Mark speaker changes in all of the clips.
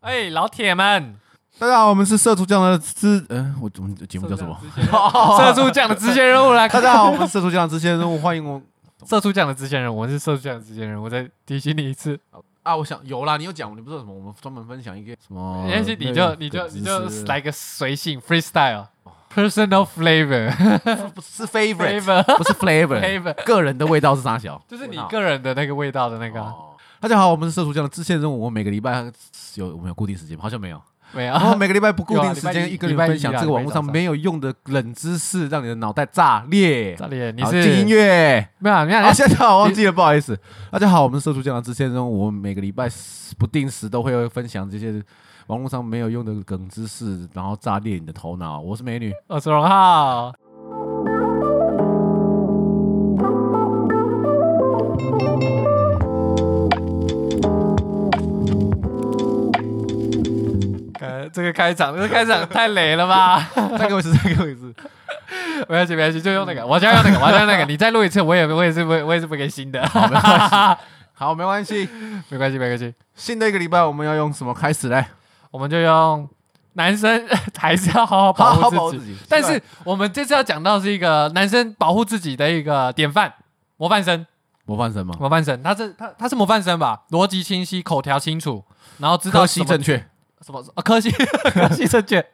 Speaker 1: 哎，老铁们，
Speaker 2: 大家好，我们是社畜酱的支，呃，我我们节目叫什么？
Speaker 1: 社畜酱的支线任务来，
Speaker 2: 大家好，我们社畜酱支线任务，欢迎我
Speaker 1: 社畜酱的支线任务，我是社畜酱的支线任务，我再提醒你一次，
Speaker 2: 啊！我想有啦，你有讲，你不知道什么？我们专门分享一个什么？
Speaker 1: 也许哎你就你就你就来个随性 freestyle。Personal
Speaker 2: 哦
Speaker 1: flavor
Speaker 2: 不是 favorite，
Speaker 1: flavor
Speaker 2: 不是 flavor，
Speaker 1: flavor，
Speaker 2: 个人的味道是啥小？
Speaker 1: 就是你个人的那个味道的那个啊，
Speaker 2: 哦大家好，我们是社畜酱的支线任务，我们每个礼拜有我们有固定时间吗，好像没 有。
Speaker 1: 没
Speaker 2: 然后
Speaker 1: 有，
Speaker 2: 每个礼拜不固
Speaker 1: 有啊
Speaker 2: 定
Speaker 1: 礼
Speaker 2: 时
Speaker 1: 拜
Speaker 2: 间，
Speaker 1: 一
Speaker 2: 一个人
Speaker 1: 礼拜一
Speaker 2: 分享
Speaker 1: 啊
Speaker 2: 这个网
Speaker 1: 礼
Speaker 2: 络
Speaker 1: 拜
Speaker 2: 上
Speaker 1: 早上
Speaker 2: 没有用的冷知识，让你的脑袋炸裂。
Speaker 1: 教练，你
Speaker 2: 好
Speaker 1: 是
Speaker 2: 进音乐。
Speaker 1: 没有？你
Speaker 2: 啊，
Speaker 1: 看，
Speaker 2: 现在我忘记了，不好意思。大家好，我们是社畜健康之先生，我们每个礼拜不定时都会分享这些网络上没有用的梗知识，然后炸裂你的头脑。我是美女，
Speaker 1: 我是荣浩，呃，这个开场，这个开场太雷了 吧？
Speaker 2: 再给我一次，再给我一次。
Speaker 1: 没关系，没关系，就用那个，我就要用那个，我要用那个。你再录一次，我也我也是不，我也是不给新的，
Speaker 2: 好，没关系，好，没关系。
Speaker 1: 没关系，没关系。
Speaker 2: 新的一个礼拜我们要用什么开始嘞？
Speaker 1: 我们就用男生 还是要好好保护自己，
Speaker 2: 己
Speaker 1: 但是我们这次要讲到是一个男生保护自己的一个典范，模范生，
Speaker 2: 模范生吗？
Speaker 1: 哦模范生，他是他他是模范生吧？逻辑清晰，口条清楚，然后知道
Speaker 2: 科
Speaker 1: 什
Speaker 2: 系
Speaker 1: 么
Speaker 2: 正确。
Speaker 1: 什么啊科系 科系正确，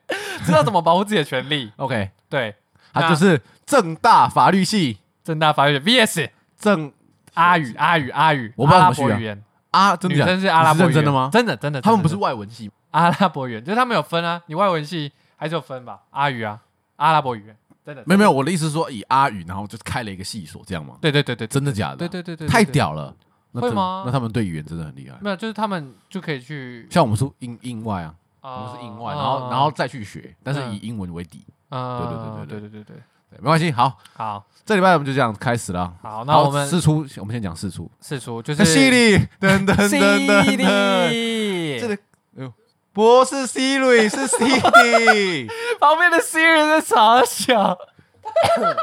Speaker 1: 知道怎么保护自己的权利。
Speaker 2: OK，
Speaker 1: 对，
Speaker 2: 他
Speaker 1: 那
Speaker 2: 就是正大法律系
Speaker 1: 正大法律 VS
Speaker 2: 正
Speaker 1: 阿语阿语阿语，
Speaker 2: 我不知道怎
Speaker 1: 阿拉伯
Speaker 2: 么去啊
Speaker 1: 语言，
Speaker 2: 啊，真的
Speaker 1: 女
Speaker 2: 假的
Speaker 1: 生是阿拉
Speaker 2: 你是
Speaker 1: 伯语
Speaker 2: 认
Speaker 1: 言
Speaker 2: 真的吗？
Speaker 1: 真的真的，
Speaker 2: 他们不是
Speaker 1: 真的
Speaker 2: 外文系吗，
Speaker 1: 阿拉伯语言，就是他们有分啊，你外文系还是有分吧？阿语啊，阿拉伯语言，真的
Speaker 2: 没有没
Speaker 1: 有，
Speaker 2: 有，我的意思是说以阿语，然后就开了一个系所，这样吗？
Speaker 1: 对对对对对
Speaker 2: 真的假的？
Speaker 1: 对对对对，
Speaker 2: 太
Speaker 1: 对。
Speaker 2: 屌了！那
Speaker 1: 会
Speaker 2: 真
Speaker 1: 吗
Speaker 2: 那他们对语言真的很厉害。
Speaker 1: 没有，就是他们就可以去，
Speaker 2: 像我们是英英外啊，我
Speaker 1: 啊
Speaker 2: 们是英外，然后然后，再去学，但是以英文为底，
Speaker 1: 嗯，
Speaker 2: 对
Speaker 1: 对对对对，
Speaker 2: 对没关系。好，
Speaker 1: 好
Speaker 2: 这礼拜我们就这样开始了。
Speaker 1: 好，那我们
Speaker 2: 试出，我们先讲试出。哎
Speaker 1: 四叔就是
Speaker 2: 犀利，等 等
Speaker 1: 犀
Speaker 2: 等等等，
Speaker 1: 利，
Speaker 2: 这个不是 Siri 是 Siri，
Speaker 1: 旁边的 Siri 在嘲笑，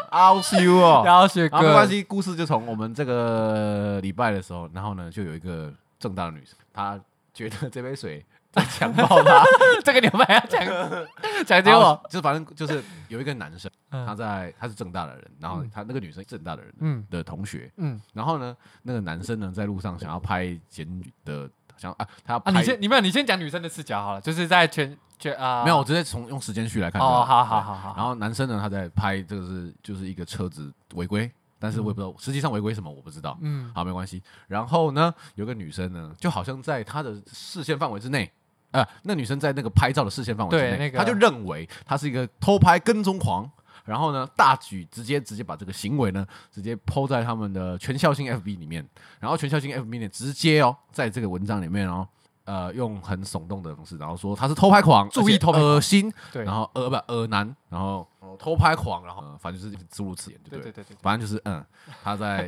Speaker 2: 好羞哦。
Speaker 1: 然后雪
Speaker 2: 然后没
Speaker 1: 哥
Speaker 2: 关，系，故事就从我们这个礼拜的时候，然后呢，就有一个正大的女生，她觉得这杯水在强暴她，
Speaker 1: 这个你们还要讲 讲
Speaker 2: 结
Speaker 1: 结
Speaker 2: 果
Speaker 1: 果？
Speaker 2: 就反正就是有一个男生，
Speaker 1: 嗯
Speaker 2: 他在他是正大的人，然后
Speaker 1: 嗯
Speaker 2: 他那个女生是正大的人
Speaker 1: 嗯
Speaker 2: 的同学，
Speaker 1: 嗯，
Speaker 2: 然后呢，那个男生呢在路上想要拍检举的，想要啊，他要
Speaker 1: 啊，
Speaker 2: 拍
Speaker 1: 你先，你没有，你先讲女生的视角好了，就是在全全啊，
Speaker 2: 没有，我直接从用时间序来看就
Speaker 1: 哦，好好
Speaker 2: 对
Speaker 1: 好好，
Speaker 2: 然后男生呢，他在拍这个是就是一个车子违规，但是我也不知道实际上违规什么，我不知道。
Speaker 1: 嗯
Speaker 2: 好，没关系。然后呢，有个女生呢，就好像在她的视线范围之内，呃，那女生在那个拍照的视线范围之
Speaker 1: 对
Speaker 2: 内，
Speaker 1: 那个
Speaker 2: 她就认为她是一个偷拍跟踪狂。然后呢，大举直接直接把这个行为呢，直接抛在他们的全校性 FB 里面，然后全校性 FB 呢，直接哦，在这个文章里面哦，呃，用很耸动的方式，然后说他是偷拍狂，
Speaker 1: 注意
Speaker 2: 而且
Speaker 1: 偷拍狂
Speaker 2: 恶心，
Speaker 1: 对
Speaker 2: 然后呃不耳男，然后呃偷拍狂，然后呃反正就是诸如此言，
Speaker 1: 对
Speaker 2: 对不
Speaker 1: 对
Speaker 2: 对？
Speaker 1: 对对，
Speaker 2: 反正就是嗯，他在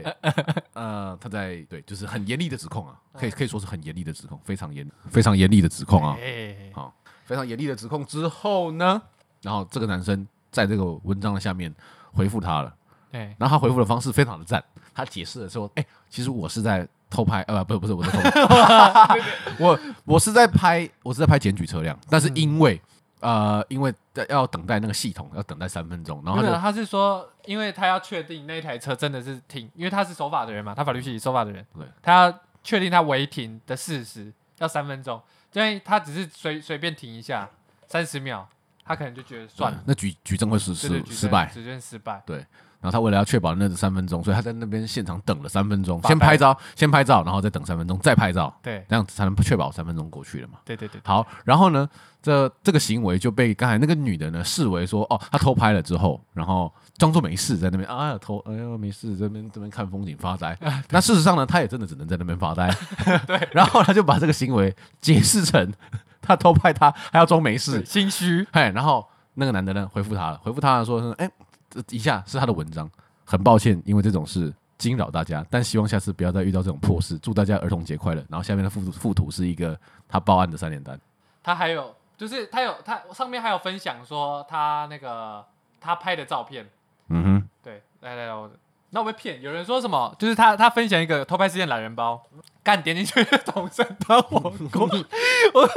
Speaker 2: 呃他在对，就是很严厉的指控啊，可以可以说是很严厉的指控，非常严非常严厉的指控啊，
Speaker 1: 哎，
Speaker 2: 好，非常严厉的指控之后呢，然后这个男生在这个文章的下面回复他了，
Speaker 1: 哎，
Speaker 2: 然后他回复的方式非常的赞，他解释了说，哎、其实我是在偷拍，呃，不是不是我在偷拍， 我我是在拍我是在拍检举车辆，但是
Speaker 1: 嗯
Speaker 2: 因为、呃因为要等待那个系统要等待三分钟，然后
Speaker 1: 没
Speaker 2: 他
Speaker 1: 有，
Speaker 2: 就
Speaker 1: 他是说，因为他要确定那台车真的是停，因为他是守法的人嘛，他法律系守法的人
Speaker 2: 对，
Speaker 1: 他要确定他违停的事实，要三分钟，因为他只是随随便停一下三十秒，他可能就觉得算了，
Speaker 2: 那举举证会失
Speaker 1: 对对
Speaker 2: 失失败，，
Speaker 1: 直接失败，
Speaker 2: 然后他为了要确保那三分钟，所以他在那边现场等了三分钟，
Speaker 1: 发
Speaker 2: 先
Speaker 1: 呆
Speaker 2: 拍照，先拍照，然后再等三分钟，再拍照，
Speaker 1: 对
Speaker 2: 这样子才能确保三分钟过去了嘛。
Speaker 1: 对对对，
Speaker 2: 好，然后呢，这这个行为就被刚才那个女的呢视为说，哦，她偷拍了之后，然后装作没事在那边啊偷，哎呀没事，这边这边看风景发呆。那事实上呢，她也真的只能在那边发呆。 对，然后她就把这个行为解释成她偷拍她，还要装没事
Speaker 1: 对。心虚，
Speaker 2: 嘿，然后那个男的呢回复她了，回复她说是，哎，这以下是她的文章，很抱歉，因为这种事。惊扰大家，但希望下次不要再遇到这种破事。祝大家儿童节快乐！然后下面的附图附图是一个他报案的三连单。
Speaker 1: 他还有就是他有他上面还有分享说他那个他拍的照片，
Speaker 2: 嗯哼，
Speaker 1: 对，来来来，我那我被骗。有人说什么？就是他他分享一 个偷拍事件懒人包，干点进去同声当火锅，我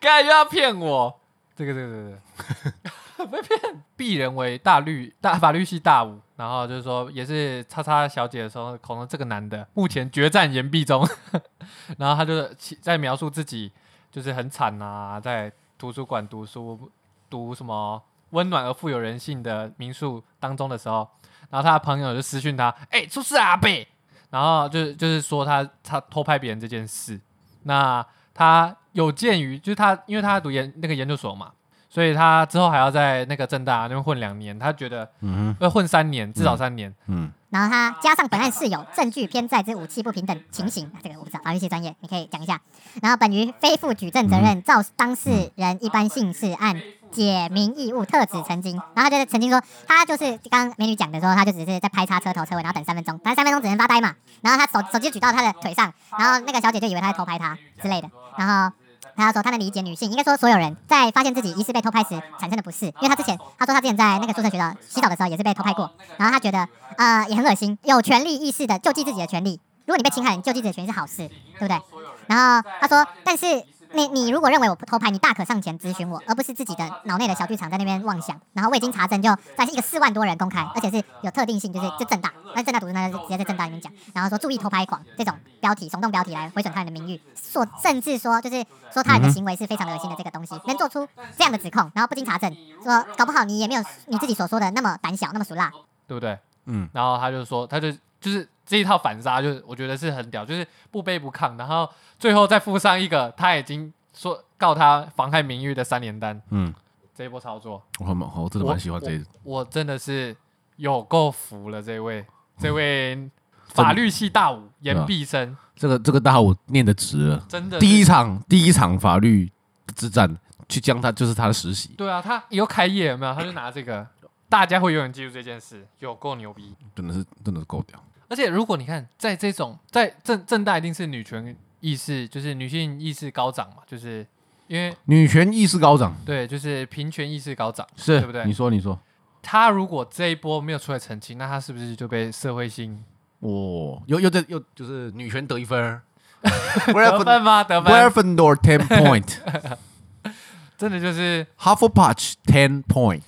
Speaker 1: 干又要骗我，这个这个这个 这个被骗。鄙人为大律大法律系大五，然后就是说也是叉叉小姐的时候，恐龙这个男的目前决战岩壁中， 然后他就是其在描述自己就是很惨啊，在图书馆读书读什么温暖而富有人性的民宿当中的时候，啊然后他的朋友就私讯他，哎、出事啊阿贝，然后就是就是说他他偷拍别人这件事，那他有鉴于就是他因为他读研那个研究所嘛，所以他之后还要在那个正大那边混两年，他觉得
Speaker 2: 嗯
Speaker 1: 要混三年，至少三年，
Speaker 2: 哼嗯，
Speaker 3: 然后他加上本案事由证据偏在之武器不平等情形，啊这个我不知道，法律系专业你可以讲一下。然后本于非负举证责任，照当事人一般性事按解明义务特指曾经。然后他就是曾经说，他就是刚刚美女讲的时候，他就只是在拍叉车头车尾，然后等三分钟，反正三分钟只能发呆嘛。然后他手手机举到他的腿上，然后那个小姐就以为他在偷拍他之类的，然后。他说，他能理解女性，应该说所有人在发现自己疑似被偷拍时产生的不适，因为他之前他说他之前在那个宿舍学校洗澡的时候也是被偷拍过，然后他觉得呃，也很恶心，有权利意识的救济自己的权利。如果你被侵害，你救济自己的权利是好事，对不对？然后他说，但是你你如果认为我不偷拍，你大可上前咨询我，而不是自己的脑内的小剧场在那边妄想。然后未经查证，就在一个四万多人公开，而且是有特定性，就是就正大，那正大读书那就直接在正大里面讲，然后说注意偷拍狂这种标题，耸动标题来毁损他人的名誉，说甚至说就是说他人的行为是非常的恶心的这个东西，能做出这样的指控，然后不经查证，说搞不好你也没有你自己所说的那么胆小，那么俗辣，
Speaker 1: 对不对？
Speaker 2: 嗯，
Speaker 1: 然后他就说，他就就是这一套反杀，就是我觉得是很屌，就是不卑不亢，然后最后再附上一个他已经说告他妨害名誉的三连单，
Speaker 2: 嗯，
Speaker 1: 这一波操作，
Speaker 2: 我很我真的蛮喜欢这一
Speaker 1: 我真的是有够服了这位这位法律系大五严毕生，
Speaker 2: 这个这个大我念的值了。
Speaker 1: 真的是
Speaker 2: 嗯第一场第一场法律之战，去将他就是他的实习，
Speaker 1: 对啊，他以后开业有没有？他就拿这个，大家会永远记住这件事，有够牛逼。
Speaker 2: 真的是真的是够屌。
Speaker 1: 而且如果你看，在这种在正正大一定是女权意识，就是女性意识高涨嘛，就是因为
Speaker 2: 女权意识高涨，
Speaker 1: 对，就是平权意识高涨。
Speaker 2: 是
Speaker 1: 对不对
Speaker 2: 你说你说，
Speaker 1: 他如果这一波没有出来澄清，那他是不是就被社会性
Speaker 2: 哦，又又这又就是女权得一 分儿
Speaker 1: 得分吗？得分，
Speaker 2: ，Gryffindor ten point。
Speaker 1: 真的就是
Speaker 2: 哈佛 patch ten point，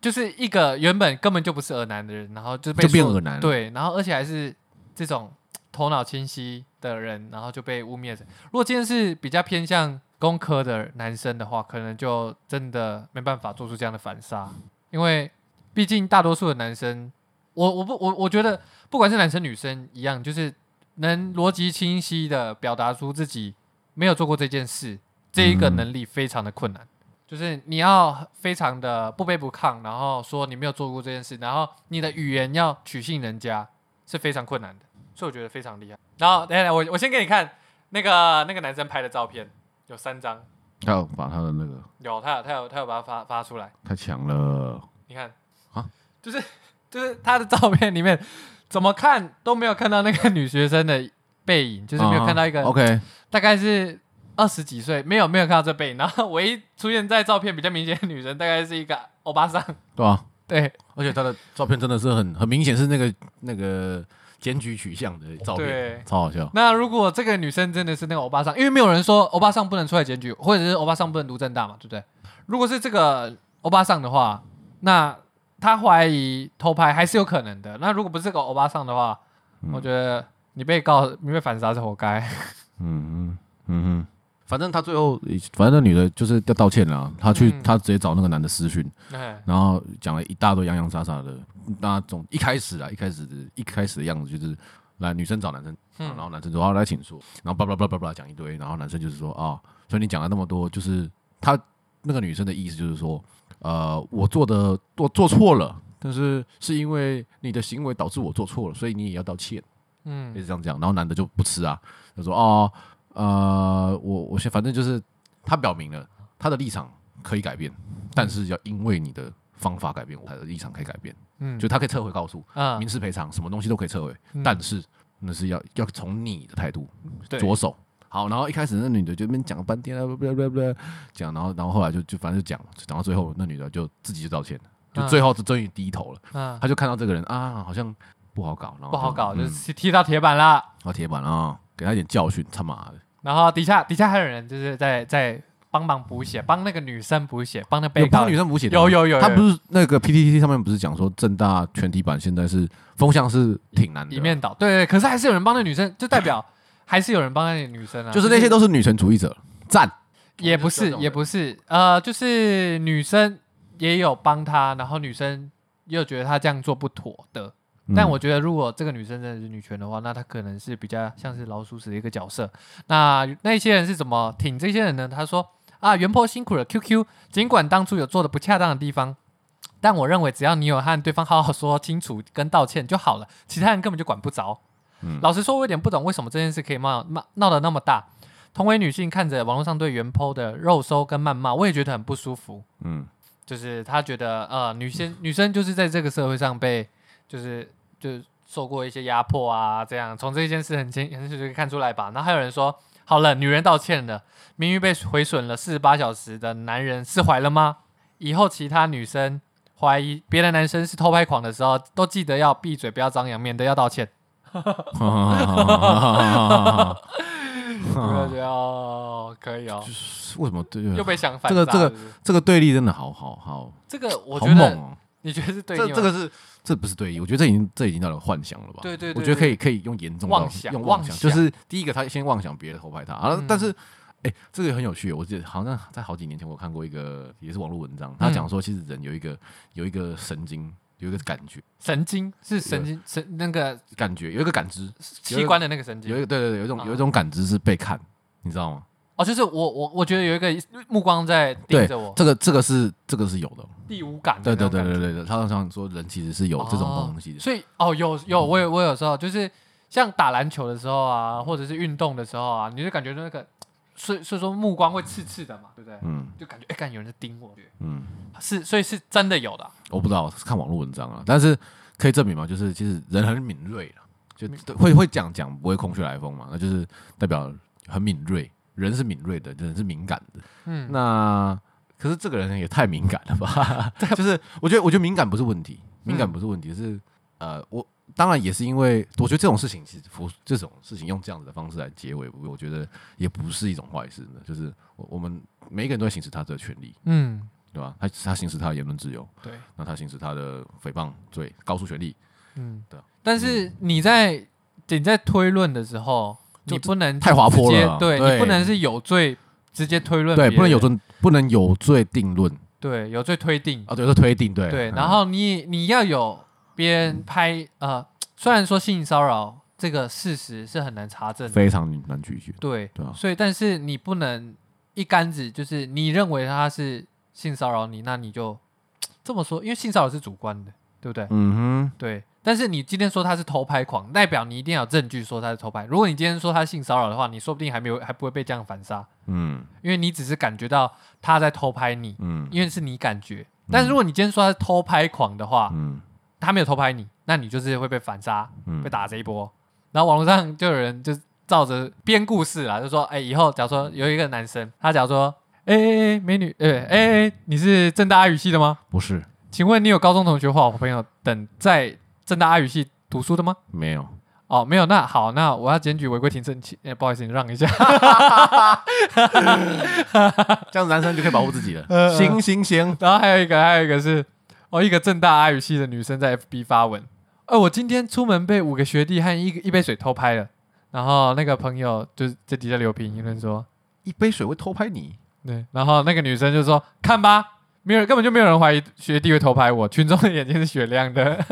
Speaker 1: 就是一个原本根本就不是耳男的人，然后就被
Speaker 2: 就变
Speaker 1: 说
Speaker 2: 耳男了
Speaker 1: 对，然后而且还是这种头脑清晰的人，然后就被污蔑着。如果今天是比较偏向工科的男生的话，可能就真的没办法做出这样的反杀，因为毕竟大多数的男生，我我不我我觉得不管是男生女生一样，就是能逻辑清晰的表达出自己没有做过这件事，这一个
Speaker 2: 嗯
Speaker 1: 能力非常的困难。就是你要非常的不卑不亢，然后说你没有做过这件事，然后你的语言要取信人家是非常困难的，所以我觉得非常厉害。然后等一下我我先给你看那个那个男生拍的照片，有三张，
Speaker 2: 他要把他的那个
Speaker 1: 有他有他有他有把它发发出来，
Speaker 2: 太强了，
Speaker 1: 你看
Speaker 2: 啊，
Speaker 1: 就是 就是他的照片里面怎么看都没有看到那个女学生的背影，就是没有看到一个、
Speaker 2: 啊 OK，
Speaker 1: 大概是二十几岁，没有没有看到这背影，然后唯一出现在照片比较明显的女生，大概是一个欧巴桑，
Speaker 2: 对吧？
Speaker 1: 对。
Speaker 2: 而且他的照片真的是很很明显是那个那个检举取向的照
Speaker 1: 对
Speaker 2: 片，超好笑。
Speaker 1: 那如果这个女生真的是那个欧巴桑，因为没有人说欧巴桑不能出来检举，或者是欧巴桑不能读正大嘛，对不对？如果是这个欧巴桑的话，那他怀疑偷拍还是有可能的。那如果不是这个欧巴桑的话，
Speaker 2: 嗯
Speaker 1: 我觉得你被告你被反杀是活 该。
Speaker 2: 嗯嗯嗯哼，反正他最后反正那女的就是要道歉啦，他去
Speaker 1: 嗯
Speaker 2: 他直接找那个男的私讯，
Speaker 1: 哎
Speaker 2: 然后讲了一大堆洋洋洒洒的。那总一开始啊，一开始的一开始的样子就是，来女生找男生，
Speaker 1: 嗯
Speaker 2: 然后男生说：“好、来请说。”然后叭叭叭叭叭讲一堆，然后男生就是说：“啊、所以你讲了那么多，就是他那个女生的意思就是说，呃，我做的做做错了，但是是因为你的行为导致我做错了，所以你也要道歉。”
Speaker 1: 嗯
Speaker 2: 也是这样讲，然后男的就不吃啊，他说哦，呃，我我先反正就是他表明了他的立场可以改变，但是要因为你的方法改变，我的立场可以改变，
Speaker 1: 嗯
Speaker 2: 就他可以撤回告诉，
Speaker 1: 啊
Speaker 2: 民事赔偿什么东西都可以撤回，
Speaker 1: 嗯
Speaker 2: 但是那是要要从你的态度
Speaker 1: 对
Speaker 2: 着手。好，然后一开始那女的就那边讲了半天啊，不不不不讲，然后然后后来就就反正就讲了，讲到最后那女的就自己就道歉了，就
Speaker 1: 嗯
Speaker 2: 最后就终于低头了，
Speaker 1: 啊
Speaker 2: 他就看到这个人啊，好像不好搞，然后
Speaker 1: 不好搞，就
Speaker 2: 嗯
Speaker 1: 是踢到铁板啦。
Speaker 2: 然后铁板啊，给他一点教训，他妈的，
Speaker 1: 然后底下底下还有人就是在在帮忙补血，帮那个女生补血，帮那被
Speaker 2: 有
Speaker 1: 告
Speaker 2: 帮女生补血的吗
Speaker 1: 有有有，
Speaker 2: 他
Speaker 1: 有
Speaker 2: 不是那个 PTT 上面不是讲说正大全体版现在是风向是挺难的，
Speaker 1: 一面倒，对对，可是还是有人帮那女生，就代 表还是有人帮那女生啊，
Speaker 2: 就是那些都是女权主义者，赞。
Speaker 1: 也不
Speaker 2: 我就是这种
Speaker 1: 也不是，呃，就是女生也有帮他，然后女生又觉得他这样做不妥的。但
Speaker 2: 嗯
Speaker 1: 我觉得，如果这个女生真的是女权的话，那她可能是比较像是老鼠屎的一个角色。那那些人是怎么挺这些人呢？他说啊，袁坡辛苦了，QQ，尽管当初有做的不恰当的地方。但我认为，只要你有和对方好好说清楚跟道歉就好了，其他人根本就管不着。
Speaker 2: 嗯
Speaker 1: 老实说，我有点不懂为什么这件事可以闹闹闹得那么大。同为女性，看着网络上对袁剖的肉搜跟谩骂，我也觉得很不舒服。
Speaker 2: 嗯，
Speaker 1: 就是她觉得，呃，女生女生就是在这个社会上被，就是就是受过一些压迫啊，这样从这件事很清很清楚就看出来吧。然后还有人说，好了，女人道歉了，名誉被毁损了四十八小时的男人释怀了吗？以后其他女生怀疑别的男生是偷拍狂的时候，都记得要闭嘴，不要张扬，免得要道 歉。我就觉得哦，可以哦，
Speaker 2: 为什么对
Speaker 1: 又被想反
Speaker 2: 这个
Speaker 1: 杀
Speaker 2: 这个
Speaker 1: 是不是
Speaker 2: 这个对立真的好好好，
Speaker 1: 这个，我
Speaker 2: 好
Speaker 1: 觉
Speaker 2: 猛
Speaker 1: 得
Speaker 2: 哦！
Speaker 1: 你觉得是对
Speaker 2: 这
Speaker 1: 立吗
Speaker 2: 这个是这不是对立？我觉得这已经这已经到了幻想了吧？
Speaker 1: 对对对
Speaker 2: 我觉得可以可以用严重
Speaker 1: 妄
Speaker 2: 到
Speaker 1: 想
Speaker 2: 用
Speaker 1: 妄
Speaker 2: 想，
Speaker 1: 想
Speaker 2: 就是第一个他先妄想别人偷拍他，啊
Speaker 1: 嗯，
Speaker 2: 但是。哎、这个很有趣，我记得好像在好几年前我看过一个也是网络文章，他讲说其实人有一个有一个神经，有一个感觉，
Speaker 1: 神经是神经神那个
Speaker 2: 感觉有一个感知，
Speaker 1: 器官的那个神
Speaker 2: 有
Speaker 1: 经
Speaker 2: 一个对对对，有一种
Speaker 1: 啊
Speaker 2: 有一种感知是被看，你知道吗？
Speaker 1: 哦，就是我我我觉得有一个目光在盯着我，
Speaker 2: 这个这个是这个是有的，
Speaker 1: 第五感的
Speaker 2: 对
Speaker 1: 那种
Speaker 2: 对对
Speaker 1: 感觉，
Speaker 2: 对对对，他常常说人其实是有这种东西
Speaker 1: 哦
Speaker 2: 的，嗯
Speaker 1: 所以哦，有有我有我有时候就是像打篮球的时候啊，或者是运动的时候啊，你就感觉那个所以所以说目光会刺刺的嘛，对不对？
Speaker 2: 嗯
Speaker 1: 就感觉哎，感觉有人在盯我，
Speaker 2: 嗯，
Speaker 1: 是所以是真的有的啊，
Speaker 2: 我不知道是看网络文章啊，但是可以证明嘛，就是其实人很敏锐了，就会会讲讲不会空穴来风嘛，那就是代表很敏锐，人是敏锐的，人是敏感的。
Speaker 1: 嗯，
Speaker 2: 那可是这个人也太敏感了吧？就是我觉得我觉得敏感不是问题，敏感不是问题，是呃我。当然也是因为，我觉得这种事情其实服这种事情用这样子的方式来结尾，我觉得也不是一种坏事呢。就是我我们每一个人都在行使他的权利，
Speaker 1: 嗯，
Speaker 2: 对吧？他他行使他的言论自由，
Speaker 1: 对，
Speaker 2: 那他行使他的诽谤罪，告诉权力，
Speaker 1: 嗯
Speaker 2: 对啊，
Speaker 1: 但是你在你在推论的时候，
Speaker 2: 就
Speaker 1: 你不能
Speaker 2: 太滑坡
Speaker 1: 直接
Speaker 2: 了啊
Speaker 1: 对
Speaker 2: 对
Speaker 1: 你不能是有罪直接推论别
Speaker 2: 对，
Speaker 1: 人，
Speaker 2: 不能有罪，不能有罪定论
Speaker 1: 对有罪推定，
Speaker 2: 啊，对，是推定，对
Speaker 1: 对，
Speaker 2: 嗯
Speaker 1: 然后你你要有别人拍呃，虽然说性骚扰这个事实是很难查证的，
Speaker 2: 非常难拒绝，
Speaker 1: 对，
Speaker 2: 对啊
Speaker 1: 所以但是你不能一竿子就是你认为他是性骚扰你，那你就这么说，因为性骚扰是主观的，对不对？
Speaker 2: 嗯
Speaker 1: 对，但是你今天说他是偷拍狂，代表你一定要有证据说他是偷拍。如果你今天说他性骚扰的话，你说不定还没有还不会被这样反杀，
Speaker 2: 哼，嗯
Speaker 1: 因为你只是感觉到他在偷拍你，
Speaker 2: 嗯
Speaker 1: 因为是你感觉。但是如果你今天说他是偷拍狂的话，
Speaker 2: 嗯
Speaker 1: 他没有偷拍你，那你就是会被反杀，
Speaker 2: 嗯
Speaker 1: 被打这一波。然后网络上就有人就照着编故事啦，就说，哎、以后假如说有一个男生，他假如说，哎哎哎，美女，哎、哎哎、你是正大阿语系的吗？
Speaker 2: 不是
Speaker 1: 请问你有高中同学或好朋友等在正大阿语系读书的吗？
Speaker 2: 没有，
Speaker 1: 哦，没有，那好，那我要检举违规停车，请、哎不好意思，你让一下。
Speaker 2: 这样子男生就可以保护自 己了
Speaker 1: 呃，
Speaker 2: 行行行，
Speaker 1: 然后还有一个，还有一个是，哦，一个正大阿语系的女生在 FB 发文，呃，我今天出门被五个学弟和一个一杯水偷拍了，然后那个朋友就是在底下留评论说，
Speaker 2: 一杯水会偷拍你，
Speaker 1: 对，然后那个女生就说，看吧，没有人根本就没有人怀疑学弟会偷拍我，群众的眼睛是雪亮的，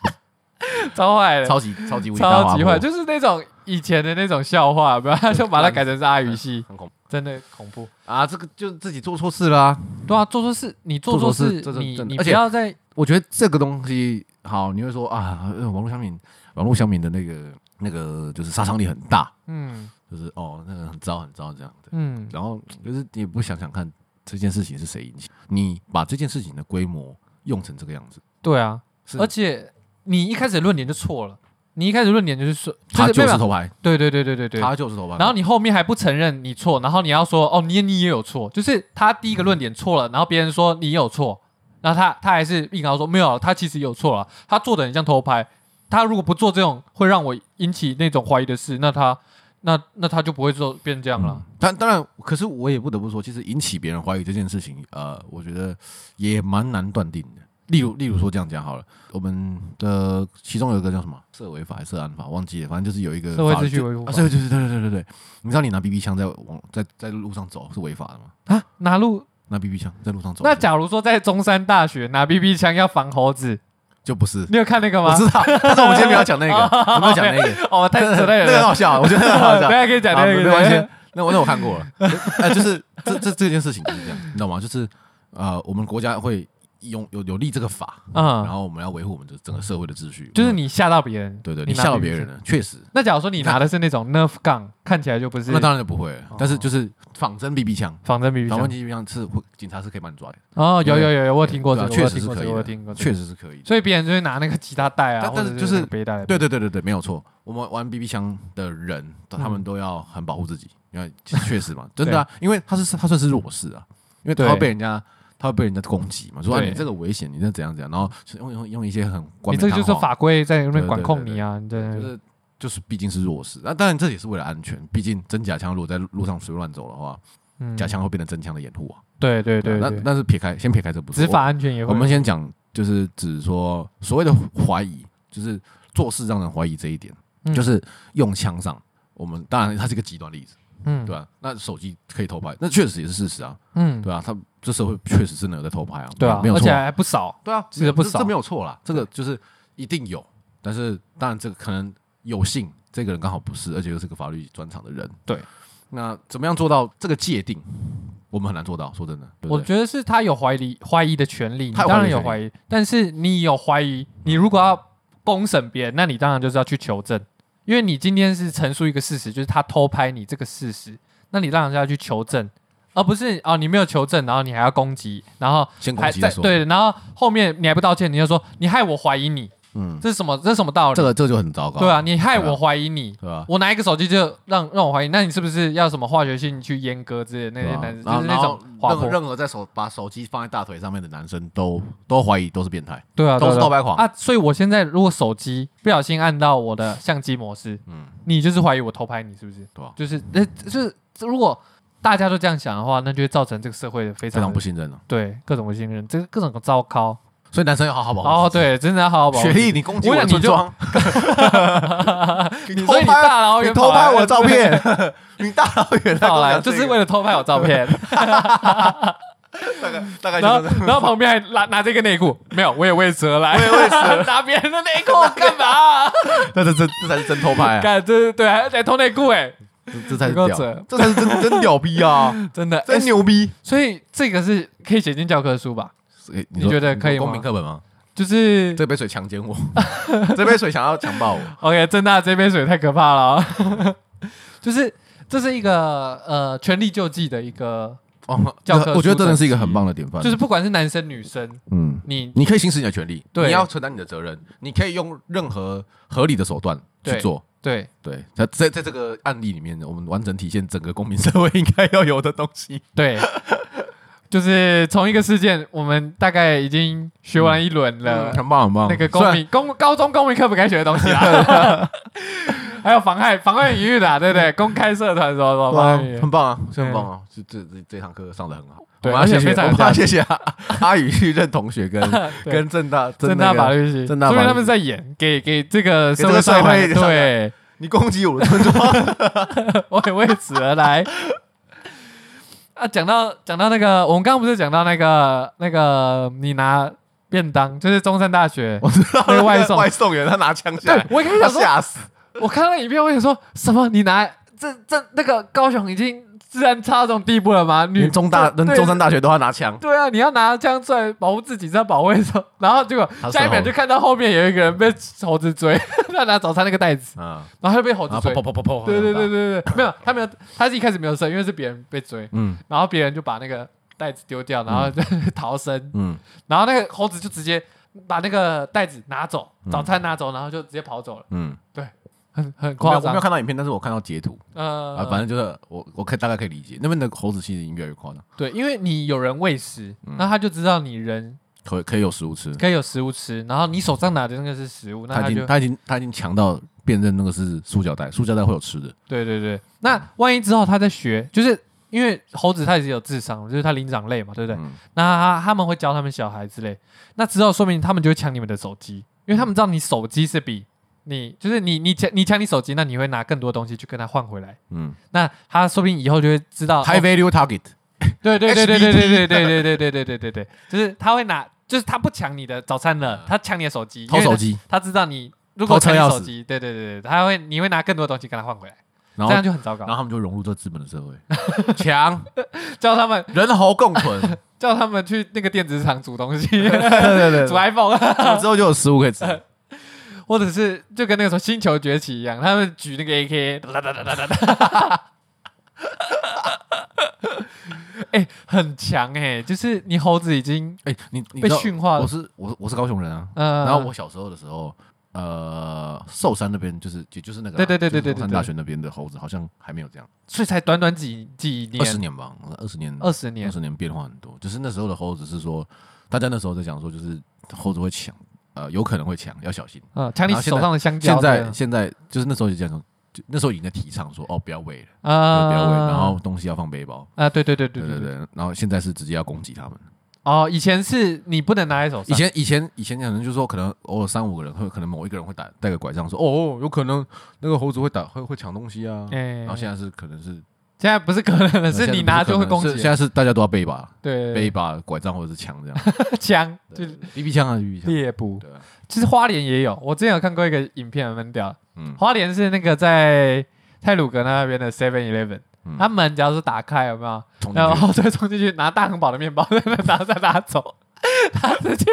Speaker 1: 超坏的，
Speaker 2: 超级超级无敌大
Speaker 1: 超
Speaker 2: 滑
Speaker 1: 级
Speaker 2: 坡
Speaker 1: 坏，，就是那种以前的那种笑话， 不要就把它改成是阿语系，
Speaker 2: 很恐怖
Speaker 1: 真的恐怖。
Speaker 2: 啊！这个就自己做错事啦。
Speaker 1: 对啊，做错事，你做错
Speaker 2: 做错事
Speaker 1: 事
Speaker 2: 这，是
Speaker 1: 你
Speaker 2: 真的
Speaker 1: 你
Speaker 2: 而
Speaker 1: 不
Speaker 2: 且
Speaker 1: 要再
Speaker 2: 我觉得这个东西好，你会说啊，呃网络商品，网络商品的那个那个就是杀伤力很大，
Speaker 1: 嗯
Speaker 2: 就是哦，那个很糟很糟这样的。
Speaker 1: 嗯
Speaker 2: 然后就是你也不想想看这件事情是谁引起，你把这件事情的规模用成这个样子，
Speaker 1: 对啊，
Speaker 2: 是
Speaker 1: 而且你一开始的论点就错了，你一开始论点就是说，
Speaker 2: 他
Speaker 1: 是
Speaker 2: 就
Speaker 1: 没
Speaker 2: 是
Speaker 1: 办法
Speaker 2: 偷拍，
Speaker 1: 对对对对对对。
Speaker 2: 他就是偷拍。
Speaker 1: 然后你后面还不承认你错，然后你要说哦，你你也有错，就是他第一个论点错了，然后别人说你有错，然后他他还是硬要说没有，他其实有错了，他做的很像偷拍，他如果不做这种会让我引起那种怀疑的事，那他那那他就不会做变这样了。
Speaker 2: 但当然，可是我也不得不说，其实引起别人怀疑这件事情，呃，我觉得也蛮难断定的。
Speaker 1: 嗯
Speaker 2: 例如，例如说这样讲好了，我们的其中有一个叫什么社违法还是社安法，忘记了，反正就是有一个
Speaker 1: 社会
Speaker 2: 法律
Speaker 1: 秩序维护
Speaker 2: 啊，
Speaker 1: 法
Speaker 2: 社会秩序，对对对对对，你知道你拿 BB 枪在往在在路上走是违法的吗？
Speaker 1: 啊，拿路
Speaker 2: 拿 BB 枪在路上走，
Speaker 1: 那假如说在中山大学拿 BB 枪要防猴子，
Speaker 2: 就不是。
Speaker 1: 你有看那个
Speaker 2: 我
Speaker 1: 吗？
Speaker 2: 知道，但是我们今天不要讲那个，我们要讲那个，
Speaker 1: 哦，太扯淡
Speaker 2: 那个很
Speaker 1: 了。
Speaker 2: 好笑，我觉得 很好笑。
Speaker 1: 等一下可以讲
Speaker 2: 好
Speaker 1: 那个
Speaker 2: 没关系。那我那我看过了， 呃，就是这这这件事情就是这样，你知道吗？就是呃，我们国家会用有有立这个法，然
Speaker 1: 嗯，
Speaker 2: 后我们要维护我们的整个社会的秩序。
Speaker 1: 就是
Speaker 2: 我们
Speaker 1: 你吓到别人，
Speaker 2: 对对，
Speaker 1: 你
Speaker 2: 你
Speaker 1: 拿
Speaker 2: 吓到
Speaker 1: BB
Speaker 2: 别人了，确实，
Speaker 1: 那假如说你拿的是那种 Nerf gun，看起来就不是
Speaker 2: 那当然就不会了
Speaker 1: 哦。
Speaker 2: 但是就是仿真 BB 枪，
Speaker 1: 仿真 BB
Speaker 2: 仿真
Speaker 1: 枪。
Speaker 2: BB 枪是会警察是可以帮你抓的，
Speaker 1: 哦，有有有有，我有听过这
Speaker 2: 对啊
Speaker 1: 个，我
Speaker 2: 确
Speaker 1: 有
Speaker 2: 实
Speaker 1: 听
Speaker 2: 是
Speaker 1: 过
Speaker 2: 可
Speaker 1: 这个，
Speaker 2: 以
Speaker 1: 我有
Speaker 2: 的
Speaker 1: 听过这个。
Speaker 2: 确实是可以的。
Speaker 1: 所以别人就会拿那个吉他带啊，
Speaker 2: 但
Speaker 1: 或者
Speaker 2: 但是就是
Speaker 1: 那个背带来。
Speaker 2: 对对对对对，没有错。我们玩 BB 枪的人，
Speaker 1: 嗯
Speaker 2: 他们都要很保护自己，因为 确实嘛，真的啊，因为他是他算是弱势啊，因为他会
Speaker 1: 对
Speaker 2: 被人家他会被人家攻击嘛，说啊
Speaker 1: 对
Speaker 2: 你这个危险，你这怎样怎样，然后用用用一些很冠
Speaker 1: 你
Speaker 2: 冕
Speaker 1: 这个就是
Speaker 2: 堂皇
Speaker 1: 法规在那边
Speaker 2: 对
Speaker 1: 管
Speaker 2: 对
Speaker 1: 控
Speaker 2: 对
Speaker 1: 你啊，你在那
Speaker 2: 就
Speaker 1: 边
Speaker 2: 是就是毕竟是弱势，啊那、当然这也是为了安全，毕竟真假枪如果在路上随便乱走的话，
Speaker 1: 嗯
Speaker 2: 假枪会变成真枪的掩护啊。
Speaker 1: 对对对
Speaker 2: 那
Speaker 1: 对，
Speaker 2: 但是撇开先撇开这不说，
Speaker 1: 执法安全也会。
Speaker 2: 我们先讲就是指说所谓的怀疑，就是做事让人怀疑这一点。
Speaker 1: 嗯
Speaker 2: 就是用枪上，我们当然它是一个极端例子，
Speaker 1: 嗯
Speaker 2: 对吧、那手机可以偷拍，那确实也是事实啊，
Speaker 1: 嗯
Speaker 2: 对吧、它这社会确实真的有在偷拍啊，
Speaker 1: 对啊
Speaker 2: 没有，
Speaker 1: 而
Speaker 2: 错
Speaker 1: 且
Speaker 2: 啊，
Speaker 1: 还不少。
Speaker 2: 对啊，
Speaker 1: 其实不
Speaker 2: 这
Speaker 1: 少
Speaker 2: 这没有错啦，这个就是一定有，但是当然这个可能有幸这个人刚好不是，而且又是个法律专长的人，
Speaker 1: 对，
Speaker 2: 那怎么样做到这个界定，我们很难做到，说真的，对不
Speaker 1: 我
Speaker 2: 对
Speaker 1: 觉得是他有怀疑怀疑的权利，你
Speaker 2: 他有
Speaker 1: 当
Speaker 2: 怀
Speaker 1: 然
Speaker 2: 疑
Speaker 1: 有
Speaker 2: 权
Speaker 1: 怀疑，但是你有怀疑，你如果要公审别人，那你当然就是要去求证，因为你今天是陈述一个事实，就是他偷拍你这个事实，那你当然是要去求证，而不是哦你没有求证，然后你还要攻击，然后
Speaker 2: 先攻
Speaker 1: 还
Speaker 2: 击
Speaker 1: 在
Speaker 2: 再说，，
Speaker 1: 对，然后后面你还不道歉，你就说你害我怀疑你，
Speaker 2: 嗯，
Speaker 1: 这是什么这是什么道理？
Speaker 2: 这个这个就很糟糕，
Speaker 1: 对啊，，你害
Speaker 2: 对啊
Speaker 1: 我怀疑你。
Speaker 2: 对吧？
Speaker 1: 我拿一个手机就让让我怀疑，那你是不是要什么化学性去阉割之类的那
Speaker 2: 对
Speaker 1: 些
Speaker 2: 吧
Speaker 1: 男，
Speaker 2: 然
Speaker 1: 就
Speaker 2: 后
Speaker 1: 是那种
Speaker 2: 然后
Speaker 1: 滑
Speaker 2: 任何
Speaker 1: 坡？
Speaker 2: 任何在手把手机放在大腿上面的男生都都怀疑都是变态，
Speaker 1: 对啊，对
Speaker 2: 都
Speaker 1: 啊
Speaker 2: 是
Speaker 1: 对啊
Speaker 2: 偷拍狂。
Speaker 1: 啊，所以我现在如果手机不小心按到我的相机模式，
Speaker 2: 嗯，
Speaker 1: 你就是怀疑我偷拍你，是不是？
Speaker 2: 对啊
Speaker 1: 就是那、就是如果大家都这样想的话，那就会造成这个社会的非
Speaker 2: 非
Speaker 1: 常
Speaker 2: 常
Speaker 1: 的
Speaker 2: 不信任了。
Speaker 1: 对各种不信任，这个各种糟糕。
Speaker 2: 所以男生要好好保护。
Speaker 1: 哦，，对，真的要好好保护
Speaker 2: 雪
Speaker 1: 自己
Speaker 2: 莉，你攻击
Speaker 1: 我
Speaker 2: 我
Speaker 1: 想
Speaker 2: 的
Speaker 1: 你
Speaker 2: 村
Speaker 1: 就
Speaker 2: 庄，
Speaker 1: 你所以你大老
Speaker 2: 你
Speaker 1: 远
Speaker 2: 偷
Speaker 1: 跑来
Speaker 2: 拍我的照，片， 你大老远来跟
Speaker 1: 跑
Speaker 2: 我
Speaker 1: 来
Speaker 2: 讲这
Speaker 1: 就
Speaker 2: 个
Speaker 1: 是为了偷拍我照 片，
Speaker 2: 大概大概
Speaker 1: 然后
Speaker 2: 就是
Speaker 1: 然后旁边还拿拿着一个内裤，没有，我也为折来，我也
Speaker 2: 为
Speaker 1: 折， 拿别人的内裤干 嘛？
Speaker 2: 那是真这才是真偷拍啊，
Speaker 1: 干，这是对，还还偷内裤哎，
Speaker 2: 这这才是
Speaker 1: 不够
Speaker 2: 屌
Speaker 1: 扯，
Speaker 2: 这才是真真屌逼 啊，
Speaker 1: 真的，哎
Speaker 2: 真牛逼！
Speaker 1: 所以这个是可以写进教科书吧？
Speaker 2: 哎
Speaker 1: 你
Speaker 2: 说
Speaker 1: 觉得可以
Speaker 2: 你说
Speaker 1: 吗
Speaker 2: 公民课本吗？
Speaker 1: 就是
Speaker 2: 这杯水强奸我， 这杯水想要强暴我，
Speaker 1: OK，正大这杯水太可怕了哦、 就是这是一个呃权力救济的一个，
Speaker 2: 哦，
Speaker 1: 教科书
Speaker 2: 我觉得真的是一个很棒的典范，
Speaker 1: 就是不管是男生女生，
Speaker 2: 嗯。
Speaker 1: 你
Speaker 2: 你可以行使你的权利，
Speaker 1: 对
Speaker 2: 你要承担你的责任，你可以用任何合理的手段去
Speaker 1: 对
Speaker 2: 做。
Speaker 1: 对
Speaker 2: 对，在在在这个案例里面，我们完整体现整个公民社会应该要有的东 西。
Speaker 1: 对，就是从一个事件，我们大概已经学完一轮了。
Speaker 2: 很棒，很棒。
Speaker 1: 那个
Speaker 2: 嗯虽
Speaker 1: 公
Speaker 2: 然
Speaker 1: 民公高中公民课本该学的东西啦， 还有妨害妨害名誉的啊、对不对？公开社团什么什么妨害名
Speaker 2: 对啊
Speaker 1: 誉
Speaker 2: 很棒啊，是
Speaker 1: 嗯
Speaker 2: 很棒啊！这这这这堂课上的很好，
Speaker 1: 对
Speaker 2: 我们要谢
Speaker 1: 而且
Speaker 2: 谢，
Speaker 1: 非常有
Speaker 2: 我们要
Speaker 1: 价值
Speaker 2: 谢谢啊 阿宇去任同学跟
Speaker 1: 对
Speaker 2: 跟正大
Speaker 1: 正大法
Speaker 2: 律，
Speaker 1: 律系，
Speaker 2: 正大
Speaker 1: 所
Speaker 2: 法
Speaker 1: 以
Speaker 2: 律
Speaker 1: 他们在演，给给这个社
Speaker 2: 给这个
Speaker 1: 会上
Speaker 2: 社会
Speaker 1: 来的
Speaker 2: 上
Speaker 1: 对，
Speaker 2: 你攻击我的村庄，
Speaker 1: 我也为此而来。啊，讲到讲到那个，我们刚刚不是讲到那个那个，你拿便当，就是中山大学，
Speaker 2: 我知道
Speaker 1: 那个外送
Speaker 2: 外送员他拿枪下
Speaker 1: 对
Speaker 2: 来，
Speaker 1: 我一开始
Speaker 2: 他
Speaker 1: 想说，
Speaker 2: 吓死，
Speaker 1: 我看到影片，我想说什么？你拿这这那个高雄已经治安差到这种地步了吗？女
Speaker 2: 连中大
Speaker 1: 对
Speaker 2: 连中山大学都要拿枪，
Speaker 1: 对啊，你要拿枪出来保护自己，是要保卫什么？ 然后结果
Speaker 2: 他是
Speaker 1: 下一秒
Speaker 2: 猴子
Speaker 1: 就看到后面有一个人被猴子追， 他拿早餐那个袋子，
Speaker 2: 啊，
Speaker 1: 然后他就被猴子
Speaker 2: 然后
Speaker 1: 追
Speaker 2: 砰。砰砰砰砰，
Speaker 1: 哦对对对
Speaker 2: 对，
Speaker 1: 对对，没有，他没有，他是一开始没有声，因为是别人被追。
Speaker 2: 嗯
Speaker 1: 然后别人就把那个袋子丢掉，然后就 逃生，
Speaker 2: 嗯，
Speaker 1: 然后那个猴子就直接把那个袋子拿走，早餐拿走，然后就直接跑走了，
Speaker 2: 嗯，
Speaker 1: 很很
Speaker 2: 我没有
Speaker 1: 夸
Speaker 2: 我没有
Speaker 1: 张。
Speaker 2: 看到影片，但是我看到截图
Speaker 1: 呃，
Speaker 2: 啊，反正就是我我可以大概可以理解，那边的猴子其实已经越来越夸张，
Speaker 1: 对，因为你有人喂食，
Speaker 2: 嗯
Speaker 1: 那他就知道你人
Speaker 2: 可以可以有食物吃。
Speaker 1: 可以有食物吃，然后你手上拿的那个是食物，那
Speaker 2: 他
Speaker 1: 他
Speaker 2: 已
Speaker 1: 就
Speaker 2: 经他已经他已经强到辨认那个是塑胶袋，塑胶袋会有吃的。
Speaker 1: 对对对。那万一之后他在学，就是因为猴子它也是有智商，就是它灵长类嘛，对不对？
Speaker 2: 嗯
Speaker 1: 那他他们会教他们小孩之类，那之后说明他们就会抢你们的手机，因为他们知道你手机是比你就是你你抢你抢你手机，那你会拿更多东西去跟他换回来。
Speaker 2: 嗯
Speaker 1: 那他说不定以后就会知道，
Speaker 2: ，high
Speaker 1: 哦
Speaker 2: value target，
Speaker 1: 对对对对对对对对对对对对对对对，就是他会拿，就是他不抢你的早餐了，他抢你的手机，
Speaker 2: 偷手，机，
Speaker 1: 他知道你如果
Speaker 2: 偷
Speaker 1: 抢
Speaker 2: 车
Speaker 1: 你
Speaker 2: 钥匙
Speaker 1: 手机，对对对对，他会你会拿更多东西跟他换回来，
Speaker 2: 然
Speaker 1: 这
Speaker 2: 后
Speaker 1: 样就很糟
Speaker 2: 然
Speaker 1: 糕
Speaker 2: 后。他们就融入这资本的 社会，强
Speaker 1: 叫他们
Speaker 2: 人猴共存。
Speaker 1: 叫他们去那个电子厂煮东西，
Speaker 2: 对对对
Speaker 1: 煮 iPhone 啊。
Speaker 2: 煮之后就有食物可 以吃。
Speaker 1: 或者是就跟那个什么《星球崛起》一样，他们举那个 AK，哒哒哒哒哒哒，哎、很强哎、就是你猴子已经
Speaker 2: 哎，你你
Speaker 1: 被
Speaker 2: 知道
Speaker 1: 驯化了
Speaker 2: 我是我是我是高雄人啊。
Speaker 1: 呃，
Speaker 2: 然后我小时候的时候，呃，寿山那边就是也就是那个啊
Speaker 1: 对对对对
Speaker 2: 就是
Speaker 1: 对对
Speaker 2: 中山大学那边的猴子好像还没有这样，
Speaker 1: 所以才短短几几
Speaker 2: 二十
Speaker 1: 年，
Speaker 2: 年吧，二十年
Speaker 1: 二十
Speaker 2: 二
Speaker 1: 年，
Speaker 2: 十年变化很多。就是那时候的猴子是说，大家那时候在讲说，就是猴子会抢，呃，有可能会抢，要小心。
Speaker 1: 嗯，抢你
Speaker 2: 然后现在
Speaker 1: 手上的香蕉
Speaker 2: 现
Speaker 1: 这样，
Speaker 2: 在现在就是那时候就讲说，就那时候已经在提倡说，哦，不要喂了，
Speaker 1: 啊，
Speaker 2: 不要喂，然后东西要放背包。
Speaker 1: 啊，对对对对
Speaker 2: 对
Speaker 1: 对
Speaker 2: 对
Speaker 1: 对，
Speaker 2: 对，然后现在是直接要攻击他们。
Speaker 1: 哦，以前是啊你不能拿在手
Speaker 2: 以
Speaker 1: 上，
Speaker 2: 前以前以前可能就是说，可能偶尔三五个人会，可能某一个人会打带个拐杖说，哦，哦有可能那个猴子会打会会抢东西啊。
Speaker 1: 哎、
Speaker 2: 然后现在是可能是，
Speaker 1: 现在不是可能了，
Speaker 2: 现在
Speaker 1: 是
Speaker 2: 不
Speaker 1: 你拿
Speaker 2: 可
Speaker 1: 就会
Speaker 2: 能
Speaker 1: 攻
Speaker 2: 是
Speaker 1: 击
Speaker 2: 现
Speaker 1: 了，
Speaker 2: 在是大家都要背一把
Speaker 1: 对，
Speaker 2: 背一把拐杖或者是枪这样。
Speaker 1: 枪就
Speaker 2: 对
Speaker 1: 是
Speaker 2: BB 枪啊，BB 枪。
Speaker 1: 猎捕，
Speaker 2: 对啊，
Speaker 1: 其实花莲也有，我之前有看过一个影片，很屌，
Speaker 2: 嗯
Speaker 1: 花莲是那个在泰鲁格那边的 Seven Eleven，、
Speaker 2: 嗯
Speaker 1: 他门只要是打开有没有？
Speaker 2: 冲进
Speaker 1: 然
Speaker 2: 去
Speaker 1: 后再冲进去拿大亨堡的 面包，然后再拿走， 他直接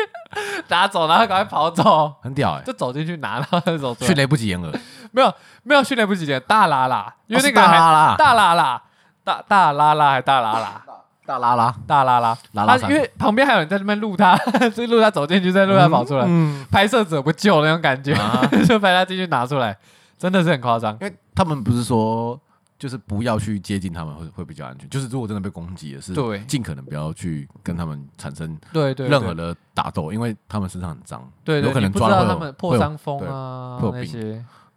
Speaker 1: 拿走，然后赶快跑走，
Speaker 2: 很屌哎、
Speaker 1: 就走进去拿，然后再走出
Speaker 2: 迅
Speaker 1: 来。
Speaker 2: 雷不及掩耳，
Speaker 1: 没有没有训练不及的大拉拉，因为那个
Speaker 2: 哦是大
Speaker 1: 还、
Speaker 2: 拉拉，
Speaker 1: 大拉拉大大拉拉还大拉拉
Speaker 2: 大拉拉，
Speaker 1: 大拉拉，
Speaker 2: 拉拉
Speaker 1: 他
Speaker 2: 山
Speaker 1: 因为旁边还有人在那边录他， 就录他走进去，再录他跑出来，
Speaker 2: 嗯，
Speaker 1: 拍摄者不救那种感觉，
Speaker 2: 啊
Speaker 1: 就拍他进去拿出来，真的是很夸张。
Speaker 2: 因为他们不是说就是不要去接近他们会会比较安全，就是如果真的被攻击也是，
Speaker 1: 对
Speaker 2: 尽可能不要去跟他们产生
Speaker 1: 对对，对
Speaker 2: 任何的打斗，因为他们身上很脏，
Speaker 1: 对，对
Speaker 2: 有可能
Speaker 1: 你不
Speaker 2: 抓
Speaker 1: 知道
Speaker 2: 了会有
Speaker 1: 他们破伤风啊
Speaker 2: 会有
Speaker 1: 那
Speaker 2: 病
Speaker 1: 些，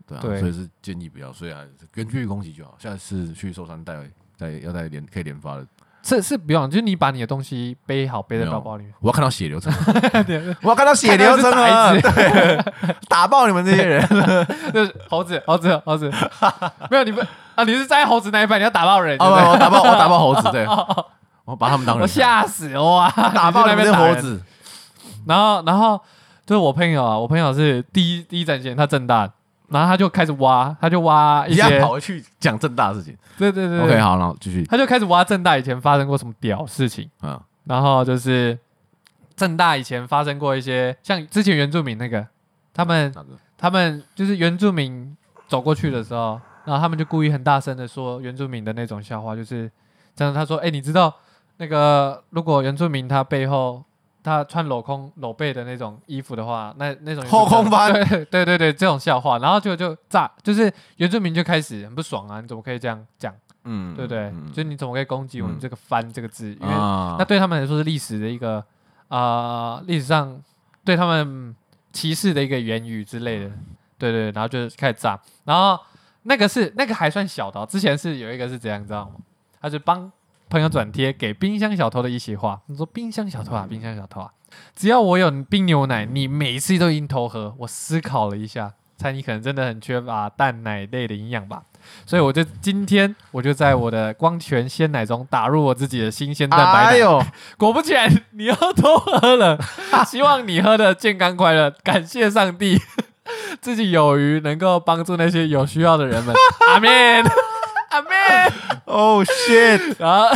Speaker 2: 对啊，
Speaker 1: 对
Speaker 2: 所以是建议不要，所以还是远距离攻击就好，下次去寿山带带要带连可以连发的，
Speaker 1: 这是不用，就是你把你的东西背好，背在
Speaker 2: 没
Speaker 1: 包
Speaker 2: 有
Speaker 1: 包里面。
Speaker 2: 我要看到血流成河，我要看到血流成
Speaker 1: 看到
Speaker 2: 河，
Speaker 1: 是
Speaker 2: 对，打爆你们这 些人，
Speaker 1: 就是猴子，猴子，猴子， 没有你不啊，你是站在猴子那一半，你要打爆人，
Speaker 2: 哦，
Speaker 1: 对不对
Speaker 2: 我打爆我打爆猴 子，对，我把他们当人
Speaker 1: 我吓死哇！
Speaker 2: 打爆
Speaker 1: 你去那
Speaker 2: 你们
Speaker 1: 边
Speaker 2: 这
Speaker 1: 打
Speaker 2: 猴
Speaker 1: 人，
Speaker 2: 子，
Speaker 1: 然后然后就是我朋友啊，我朋友是第一第一战线，他正大，然后他就开始挖，他就挖一
Speaker 2: 一下
Speaker 1: 些，
Speaker 2: 跑回去讲正大的事情。
Speaker 1: 对对对对
Speaker 2: OK，好，然后继续，
Speaker 1: 他就开始挖正大以前发生过什么屌事情。
Speaker 2: 嗯，
Speaker 1: 然后就是正大以前发生过一些，像之前原住民那个，他们
Speaker 2: 哪个？
Speaker 1: 他们就是原住民走过去的时候，然后他们就故意很大声的说原住民的那种笑话，就是真的他说，哎、你知道那个如果原住民他背后。他穿镂空镂背的那种衣服的话，那那种原 住民
Speaker 2: 后空翻
Speaker 1: 对对对对，这种笑话，然后就就炸，就是原住民就开始很不爽啊，你怎么可以这样讲，
Speaker 2: 嗯
Speaker 1: 对不对？就是你怎么可以攻击我们
Speaker 2: 嗯
Speaker 1: 这个“翻”这个字？因为
Speaker 2: 啊
Speaker 1: 那对他们来说是历史的一个啊，历、史上对他们歧视的一个言语之类的，对对，然后就开始炸，然后那个是那个还算小的哦、之前是有一个是怎样，你知道吗？他就帮朋友转贴给冰箱小偷的一席话，你说冰箱小偷
Speaker 2: 嗯
Speaker 1: 啊，冰箱小偷啊，只要我有冰牛奶，你每一次都硬头喝。我思考了一下，猜你可能真的很缺乏蛋奶类的营养吧。所以我就今天我就在我的光泉鲜奶中打入我自己的新鲜蛋白奶，
Speaker 2: 哎呦，
Speaker 1: 果不其然，你又多喝 了。希望你喝的健康快乐，感谢上帝， 自己有余，能够帮助那些有需要的人 们。阿门，阿门。Oh
Speaker 2: 哦 shit，
Speaker 1: 然后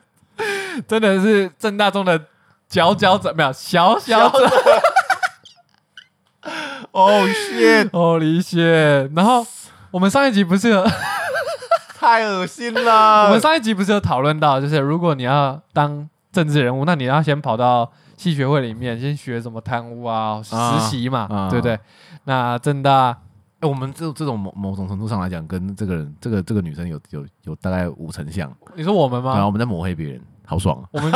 Speaker 1: 真的是正大中的佼佼者，没有小小者，
Speaker 2: 哦 shit，
Speaker 1: 哦，理解。然后我们上一集不是有，
Speaker 2: 太恶心
Speaker 1: 我
Speaker 2: 了
Speaker 1: 们上一集不是有讨论到，就是如果你要当政治人物，那你要先跑到系学会里面，先学什么贪污啊、实
Speaker 2: 啊
Speaker 1: 习嘛，
Speaker 2: 啊
Speaker 1: 对不对？那正大。
Speaker 2: 哎我们这这种某某种程度上来讲，跟这个人这个这个女生有有有大概五成像，
Speaker 1: 你说我们
Speaker 2: 然后
Speaker 1: 吗？
Speaker 2: 我们在抹黑别人，好爽啊！
Speaker 1: 我们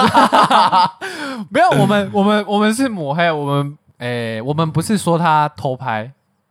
Speaker 1: 没有，我们我们我们是抹黑，我们诶、我们不是说他偷拍，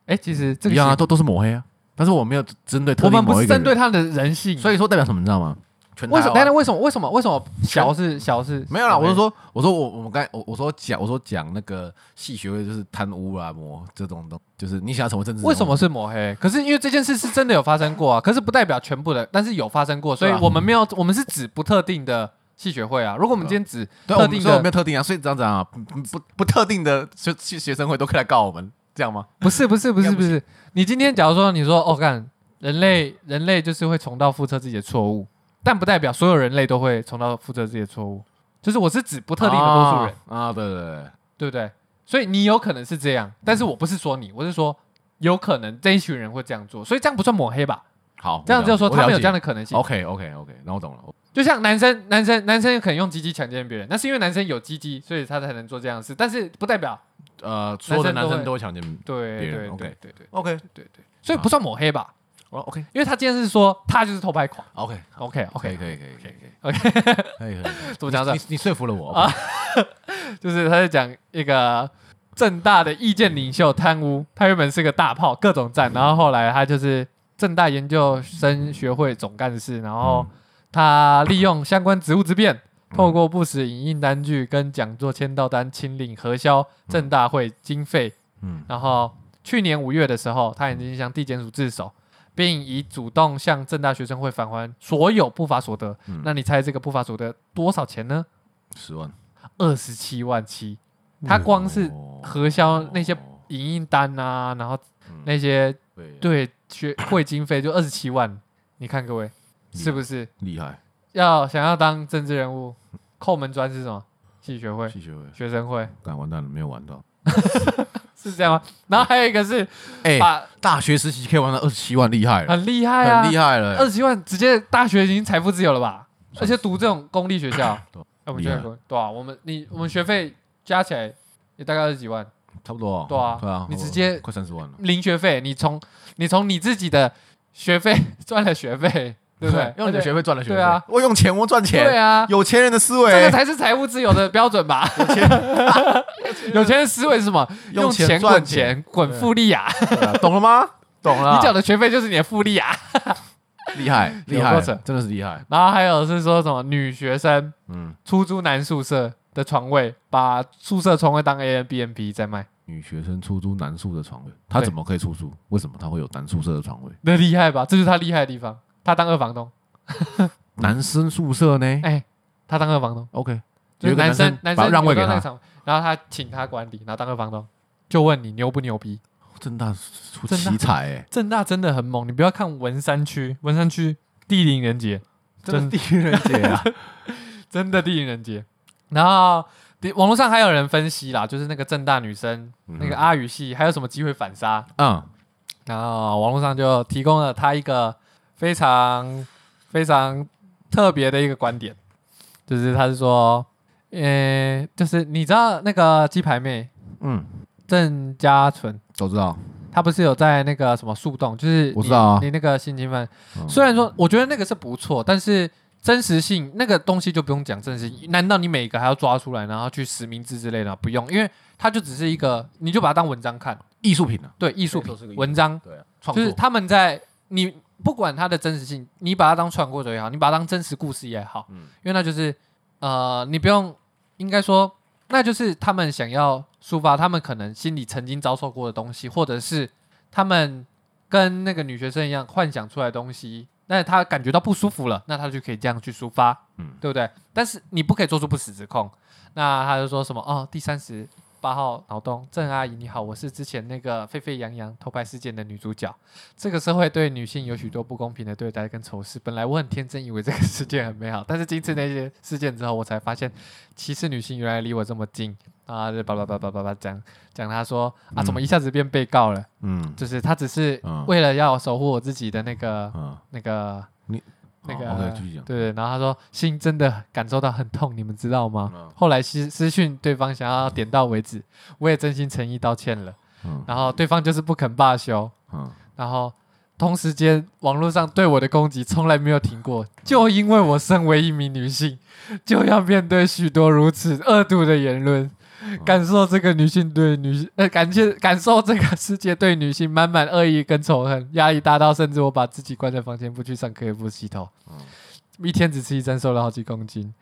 Speaker 1: 诶、其实这
Speaker 2: 一
Speaker 1: 个
Speaker 2: 样啊，
Speaker 1: 行
Speaker 2: 都都是抹黑啊，但是我没有针对特
Speaker 1: 我
Speaker 2: 定
Speaker 1: 们不
Speaker 2: 某一
Speaker 1: 是
Speaker 2: 个
Speaker 1: 针对
Speaker 2: 人，
Speaker 1: 他的人性，
Speaker 2: 所
Speaker 1: 以
Speaker 2: 以说代表什么，你知道吗？全
Speaker 1: 为什么？哎
Speaker 2: 台
Speaker 1: 但是
Speaker 2: 湾
Speaker 1: 为什么为什么为什么小是小是
Speaker 2: 没有啦，我是说，我说我我们刚才我我说讲我说讲那个戏学会就是贪污啊、抹这种东，就是你想要成为政治人物
Speaker 1: 为什么是抹黑？可是因为这件事是真的有发生过啊，可是不代表全部的，但是有发生过，所以
Speaker 2: 对啊
Speaker 1: 我们没有，我们是指不特定的系学会啊。如果我们今天指
Speaker 2: 对啊，
Speaker 1: 特
Speaker 2: 我们
Speaker 1: 定
Speaker 2: 说我没
Speaker 1: 的，
Speaker 2: 有特定啊，所以这样子啊，不不不特定的学学学生会都可以来告我们，这样吗？
Speaker 1: 不是不是不是
Speaker 2: 应该
Speaker 1: 不
Speaker 2: 不
Speaker 1: 是，你今天假如说你说哦干，人类人类就是会重蹈覆辙自己的错误，但不代表所有人类都会重蹈覆辙自己的错误，就是我是指不特定的多数人，
Speaker 2: 啊，啊对对对，
Speaker 1: 对不对？所以你有可能是这
Speaker 2: 嗯
Speaker 1: 样，但是我不是说你，我是说有可能这一群人会这样做，所以这样不算抹黑吧？
Speaker 2: 好，
Speaker 1: 这样就说他们有这样
Speaker 2: 的
Speaker 1: 的可能性。
Speaker 2: OK OK OK，那我懂了，我
Speaker 1: 就像男生，男生，男生可能用鸡鸡强奸别人，那是因为男生有鸡鸡，所以他才能做这样的事，但是不代表
Speaker 2: 呃，所有的
Speaker 1: 男
Speaker 2: 男
Speaker 1: 生都
Speaker 2: 生都会强奸别
Speaker 1: 对对
Speaker 2: 人
Speaker 1: 对
Speaker 2: OK
Speaker 1: 对对
Speaker 2: OK
Speaker 1: 对对，所以不算抹黑吧？
Speaker 2: 哦 OK
Speaker 1: 因为他今天是说他就是偷拍狂
Speaker 2: OK，
Speaker 1: ，OK
Speaker 2: 可以
Speaker 1: OK，
Speaker 2: 可以可以可以可以
Speaker 1: OK
Speaker 2: 可 以可以，
Speaker 1: 怎么讲
Speaker 2: 你
Speaker 1: 的？
Speaker 2: 你说服了我
Speaker 1: 啊就是他在讲一个正大的意见领袖贪污，他原本是个大炮，各种战，然后后来他就是正大研究生学会总干事，然后
Speaker 2: 嗯
Speaker 1: 他利用相关职务之便，透过不实影印单据跟讲座签到单清领核销正大会经费
Speaker 2: 嗯
Speaker 1: 然后去年五月的时候，他已经向地检署自首，并已主动向正大学生会返还所有不法所得。
Speaker 2: 嗯
Speaker 1: 那你猜这个不法所得多少钱呢？
Speaker 2: 十万，
Speaker 1: 二十七万七。
Speaker 2: 嗯
Speaker 1: 他光是
Speaker 2: 哦
Speaker 1: 核销那些影印单啊，然后
Speaker 2: 嗯
Speaker 1: 那些
Speaker 2: 哦对
Speaker 1: 对学会经费就二十七万。你看各位
Speaker 2: 嗯
Speaker 1: 是不是
Speaker 2: 厉害
Speaker 1: 要想要当政治人物，扣门砖是什么？系学会、
Speaker 2: 戏学会，
Speaker 1: 学生会
Speaker 2: 干完蛋了，没有玩到。
Speaker 1: 是这样吗？然后还有一个是
Speaker 2: 哎，
Speaker 1: 把
Speaker 2: 大学时期可以玩到二十七万，厉害了，
Speaker 1: 很厉害啊，
Speaker 2: 很厉害了，
Speaker 1: 二十万直接大学已经财富自由了吧？
Speaker 2: 算
Speaker 1: 而且读这种公立学校，哎
Speaker 2: 对啊
Speaker 1: 我们学
Speaker 2: 厉害
Speaker 1: 费多对啊，我们你我们学费加起来也大概二十几万，
Speaker 2: 差不多。
Speaker 1: 对啊
Speaker 2: 对啊，
Speaker 1: 你
Speaker 2: 我
Speaker 1: 直接
Speaker 2: 快三十万了，
Speaker 1: 零学费，你从你从你自己的学费 赚了学费，对不对？
Speaker 2: 用你的学费赚了学费，
Speaker 1: 对啊，
Speaker 2: 我用钱我赚
Speaker 1: 费，对
Speaker 2: 钱，
Speaker 1: 啊，
Speaker 2: 有钱人的思
Speaker 1: 这个
Speaker 2: 维，
Speaker 1: 才是财务自由的标准 吧？有钱人思维是什么？
Speaker 2: 用
Speaker 1: 用
Speaker 2: 钱
Speaker 1: 钱
Speaker 2: 赚
Speaker 1: 滚钱，滚复利啊！
Speaker 2: 对啊懂了吗？懂了，
Speaker 1: 你缴的学费就是你的复利啊！
Speaker 2: 厉 害厉
Speaker 1: 有
Speaker 2: 害
Speaker 1: 过程，
Speaker 2: 真的是厉害，
Speaker 1: 然后还有是说什么女学生
Speaker 2: 嗯。
Speaker 1: 出租男宿舍的床位，把宿舍床位当 A N B N B 在卖，
Speaker 2: 女学生出租男宿的床位，她
Speaker 1: 对
Speaker 2: 怎么可以出租？为什么她会有男宿舍的床位？
Speaker 1: 那厉害吧？这就是他厉害的地方。他当二房东，
Speaker 2: 男生宿舍呢
Speaker 1: 哎、他当二房东，
Speaker 2: ？OK，
Speaker 1: 就
Speaker 2: 嗯有
Speaker 1: 是
Speaker 2: 一个
Speaker 1: 男
Speaker 2: 男生
Speaker 1: 生男
Speaker 2: 把
Speaker 1: 生
Speaker 2: 让位给
Speaker 1: 有到那
Speaker 2: 他
Speaker 1: 个场，然后他请他管理，然后当二房东。就问你牛不牛逼？
Speaker 2: 正大出
Speaker 1: 正大
Speaker 2: 奇才 哎，
Speaker 1: 正大真的很猛，你不要看文山区，文山区地灵人杰，真
Speaker 2: 地狱人杰啊！
Speaker 1: 真的地灵人杰。然后第网络上还有人分析啦，就是那个正大女生、
Speaker 2: 嗯
Speaker 1: 那个阿语系还有什么机会反杀，
Speaker 2: 嗯，
Speaker 1: 然后网络上就提供了他一个非常非常特别的一个观点，就是他是说，呃，就是你知道那个鸡排妹
Speaker 2: 嗯，
Speaker 1: 郑嘉纯，
Speaker 2: 都知道。
Speaker 1: 她不是有在那个什么树洞，就是
Speaker 2: 我
Speaker 1: 你
Speaker 2: 知道啊
Speaker 1: 你那个性侵犯，
Speaker 2: 嗯
Speaker 1: 虽然说我觉得那个是不错，但是。真实性那个东西就不用讲真实性，难道你每个还要抓出来，然后去实名制之类的吗？不用，因为它就只是一个，你就把它当文章看，
Speaker 2: 艺术品啊，
Speaker 1: 对，艺术
Speaker 2: 对
Speaker 1: 品
Speaker 2: 都是个艺术
Speaker 1: 文章，
Speaker 2: 对啊，创
Speaker 1: 就是他们在你不管它的真实性，你把它当传过者也好，你把它当真实故事也好，
Speaker 2: 嗯
Speaker 1: 因为那就是呃，你不用应该说，那就是他们想要抒发他们可能心里曾经遭受过的东西，或者是他们跟那个女学生一样幻想出来的东西。那他感觉到不舒服了，那他就可以这样去抒发，
Speaker 2: 嗯
Speaker 1: 对不对？但是你不可以做出不实指控。那他就说什么哦，第三十八号脑洞，郑阿姨你好，我是之前那个沸沸扬扬偷拍事件的女主角。这个社会对女性有许多不公平的对待跟仇视。本来我很天真，以为这个世界很美好，但是经次那些事件之后，我才发现歧视女性原来离我这么近啊！就叭叭叭叭叭叭讲讲，他说啊，
Speaker 2: 嗯
Speaker 1: 怎么一下子变被告了？
Speaker 2: 嗯
Speaker 1: 就是他只是
Speaker 2: 嗯
Speaker 1: 为了要守护我自己的那个
Speaker 2: 嗯，
Speaker 1: 那个
Speaker 2: 你
Speaker 1: 那个、
Speaker 2: 好，OK，继续讲。
Speaker 1: 对对，然后他说心真的感受到很痛，你们知道吗？
Speaker 2: 嗯
Speaker 1: 后来私私讯对方想要点到为止，我也真心诚意道歉了，
Speaker 2: 嗯
Speaker 1: 然后对方就是不肯罢休，
Speaker 2: 嗯
Speaker 1: 然后同时间网络上对我的攻击从来没有停过，就因为我身为一名女性，就要面对许多如此恶毒的言论。感受这个女性对女性，呃，感谢感受这个世界对女性满满恶意跟仇恨，压力大到甚至我把自己关在房间，不去上课，也不洗头，一天只吃一餐，瘦了好几公斤。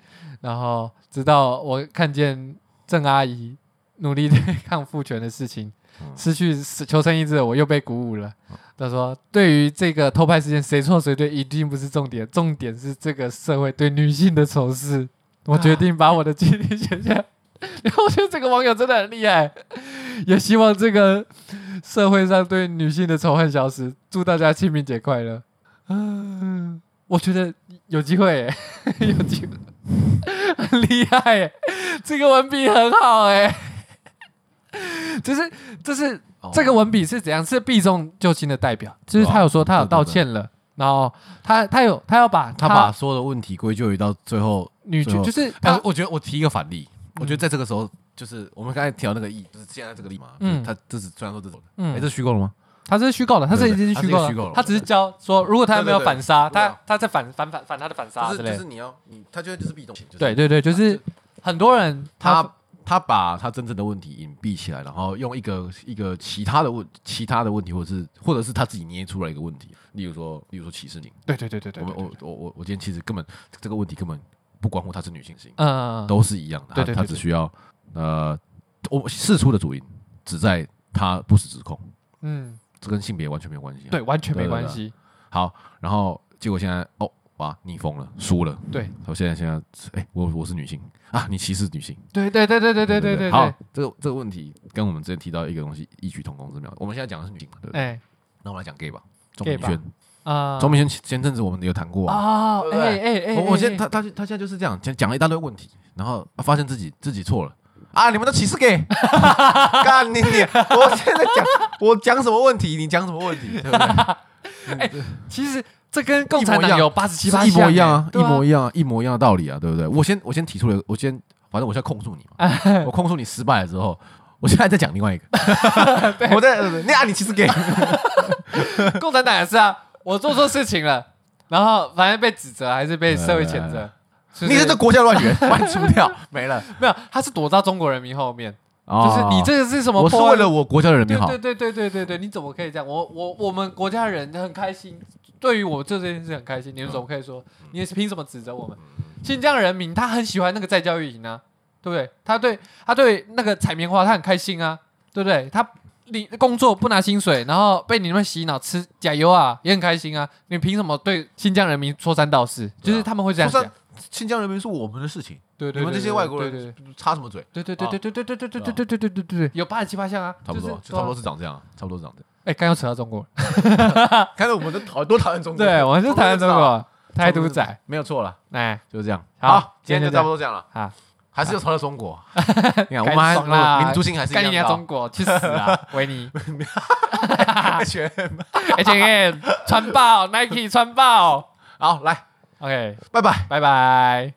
Speaker 1: 然后直到我看见郑阿姨努力对 抗父权的事情，失去求生意志的我又被鼓舞了。他说：“对于这个偷拍事件，谁错谁对一定不是重点，重点是这个社会对女性的仇视。”我决定把我的经历写下来。然 后我觉得这个网友真的很厉害， 也希望这个社会上对女性的仇恨消失。祝大家清明节快乐！ 嗯，我觉得有机会耶、 有机会， 很厉害、耶，这个文笔很好哎、 就是就是
Speaker 2: 哦
Speaker 1: 这个文笔是怎样？是避重就轻的代表，就是他有说他有道歉了，然后他他有他要把
Speaker 2: 他把所有的问题归咎于到最后嗯
Speaker 1: 女
Speaker 2: 最
Speaker 1: 权
Speaker 2: 后
Speaker 1: 就是
Speaker 2: 哎
Speaker 1: 他，
Speaker 2: 我觉得我提一个反例，我觉得在这个时候，就是我们刚才提到那个例，就是现在这个例嘛，
Speaker 1: 嗯
Speaker 2: 嗯，他这是虽然说这种，哎，
Speaker 1: 嗯
Speaker 2: 这是虚构了吗？
Speaker 1: 他是虚构的，他是
Speaker 2: 对
Speaker 1: 已
Speaker 2: 对
Speaker 1: 经是
Speaker 2: 他
Speaker 1: 虚
Speaker 2: 是一
Speaker 1: 构
Speaker 2: 个虚构
Speaker 1: 了，
Speaker 2: 了
Speaker 1: 他只是教说，如果他
Speaker 2: 对
Speaker 1: 没
Speaker 2: 对
Speaker 1: 有
Speaker 2: 对
Speaker 1: 反杀，
Speaker 2: 对啊
Speaker 1: 他他在反反反反他的反杀
Speaker 2: 就
Speaker 1: 之
Speaker 2: 是
Speaker 1: 类
Speaker 2: 就
Speaker 1: 的
Speaker 2: 是。你要你，他觉得就是被动，就是
Speaker 1: 对对对，就是很多人
Speaker 2: 他他把他真正的问题隐蔽起来，然后用一个一个其他的问其他的问题，或者是或者是他自己捏出来一个问题，例如说例如说歧视你，
Speaker 1: 对对对对对，
Speaker 2: 我我我我我今天其实根本这个问题根本不关乎她是女性性，
Speaker 1: 嗯，
Speaker 2: 都是一样的，
Speaker 1: 对
Speaker 2: 他
Speaker 1: 对对
Speaker 2: 他只需要呃，我事出的主因只在他不实指控，
Speaker 1: 嗯，
Speaker 2: 这跟性别完全没有关系啊、
Speaker 1: 对，完全没
Speaker 2: 对对
Speaker 1: 关
Speaker 2: 对
Speaker 1: 系，
Speaker 2: 好，然后结果现在哦，哇，逆风了，输了。
Speaker 1: 对
Speaker 2: 我现在现在，哎、我我是女性啊，你歧视女性。
Speaker 1: 对对对对对对对对，
Speaker 2: 好
Speaker 1: 对，
Speaker 2: 这个这个问题跟我们之前提到一个东西异曲同工之妙。我们现在讲的是女性嘛，对不对？
Speaker 1: 哎
Speaker 2: 那我们来讲 gay 吧，钟
Speaker 1: gay
Speaker 2: 明
Speaker 1: 吧
Speaker 2: 轩，
Speaker 1: 啊，
Speaker 2: 钟明轩前前阵子我们有谈过啊。
Speaker 1: 啊，
Speaker 2: 对不
Speaker 1: 哎
Speaker 2: 对
Speaker 1: 哎哎，
Speaker 2: 我我
Speaker 1: 哎
Speaker 2: 现
Speaker 1: 哎
Speaker 2: 在他他他现在就是这样讲讲了一大堆问题，然后发现自己自己错了啊！你们都歧视 gay，干 你你！我现在讲我讲什么问题，你讲什么问题，对不对？ 嗯
Speaker 1: 哎其实这跟共产
Speaker 2: 一模
Speaker 1: 党
Speaker 2: 一样
Speaker 1: 有八十七八哎
Speaker 2: 是一模一样啊，一模
Speaker 1: 一
Speaker 2: 一样啊，一模一样的道理啊，对不对？我先我先提出了，我先反正我现在控诉你
Speaker 1: 哎
Speaker 2: 嘛，我控诉你失败了之后，我现在再讲 另外一个，我在你啊，你其实给
Speaker 1: 样， 共产党也是啊，我做错事情了，然后反正被指责还是被社会
Speaker 2: 对对
Speaker 1: 谴
Speaker 2: 对
Speaker 1: 责，就
Speaker 2: 你是这国家乱源，把你除掉，没了。
Speaker 1: 没有，他是躲到中国人民后面，就
Speaker 2: 哦
Speaker 1: 是你这个是什么
Speaker 2: 我是
Speaker 1: 破坏？
Speaker 2: 为了我国家的人民好
Speaker 1: 对，对对对对对，你怎么可以这样？我我我们国家人很开心，对于我这件事很开心，你们怎么可以说？你凭什么指责我们？新疆人民他很喜欢那个在教育营啊，对不对？他对他对那个采棉花他很开心啊，对不对？他你工作不拿薪水，然后被你们洗脑吃假油啊，也很开心啊。你凭什么对新疆人民说三道四？就是他们会这样
Speaker 2: 说
Speaker 1: 讲
Speaker 2: 三，新疆人民是我们的事情，
Speaker 1: 对对，
Speaker 2: 你们这些外国
Speaker 1: 对对
Speaker 2: 人插什么嘴？
Speaker 1: 对对对对对对对对对对对对对对，有八十七八项啊，
Speaker 2: 差不多，
Speaker 1: 就是
Speaker 2: 就差不多。是长这样，啊差不多是长这样。
Speaker 1: 哎，刚又扯到中国，
Speaker 2: 看来我们都 讨多讨厌中国，
Speaker 1: 对，我们是台湾中国台独仔，
Speaker 2: 没有错了，
Speaker 1: 哎，
Speaker 2: 就是这样。
Speaker 1: 好
Speaker 2: 好，
Speaker 1: 今
Speaker 2: 今
Speaker 1: 天就这
Speaker 2: 天就差
Speaker 1: 样
Speaker 2: 不多这样了。
Speaker 1: 啊，
Speaker 2: 还是又朝着中国。 你看，我
Speaker 1: 该
Speaker 2: 们还
Speaker 1: 爽啦
Speaker 2: 民族性还是一
Speaker 1: 干你娘
Speaker 2: 样的
Speaker 1: 中
Speaker 2: 哦。
Speaker 1: 国，去死 啊，维尼 哎
Speaker 2: 大学
Speaker 1: 而且 m 穿爆 Nike 穿爆
Speaker 2: 好，来，
Speaker 1: ，OK，
Speaker 2: 拜拜。
Speaker 1: 拜拜。